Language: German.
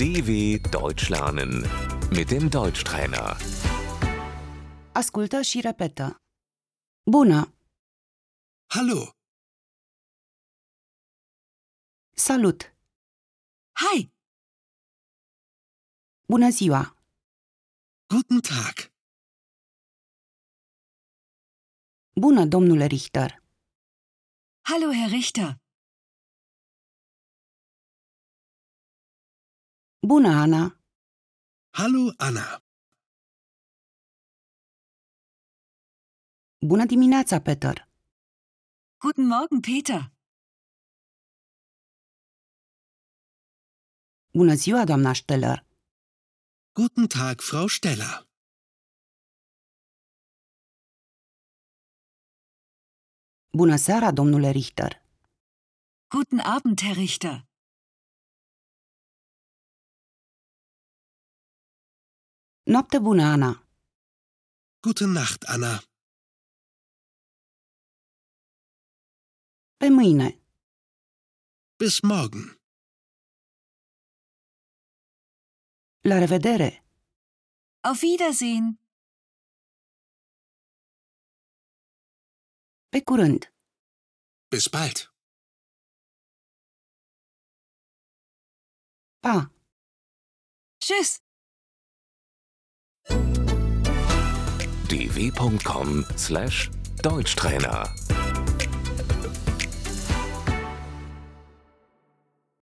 DW Deutsch lernen mit dem Deutschtrainer. Ascultă și repetă. Bună! Hallo, Salut! Hi, Bună ziua! guten Tag. Bună, domnule Richter! hallo Herr Richter. Bună, Ana! Hallo, Anna. Bună dimineața, Peter! Guten Morgen, Peter. Bună ziua, doamna Steller! Guten Tag, Frau Steller. Bună seara, domnule Richter! Guten Abend, Herr Richter. Noapte bună, Ana! Gute Nacht, Anna. Pe mâine! Bis morgen. La revedere! Auf Wiedersehen. Pe curând! Bis bald. Pa! Tschüss. dw.com/deutschtrainer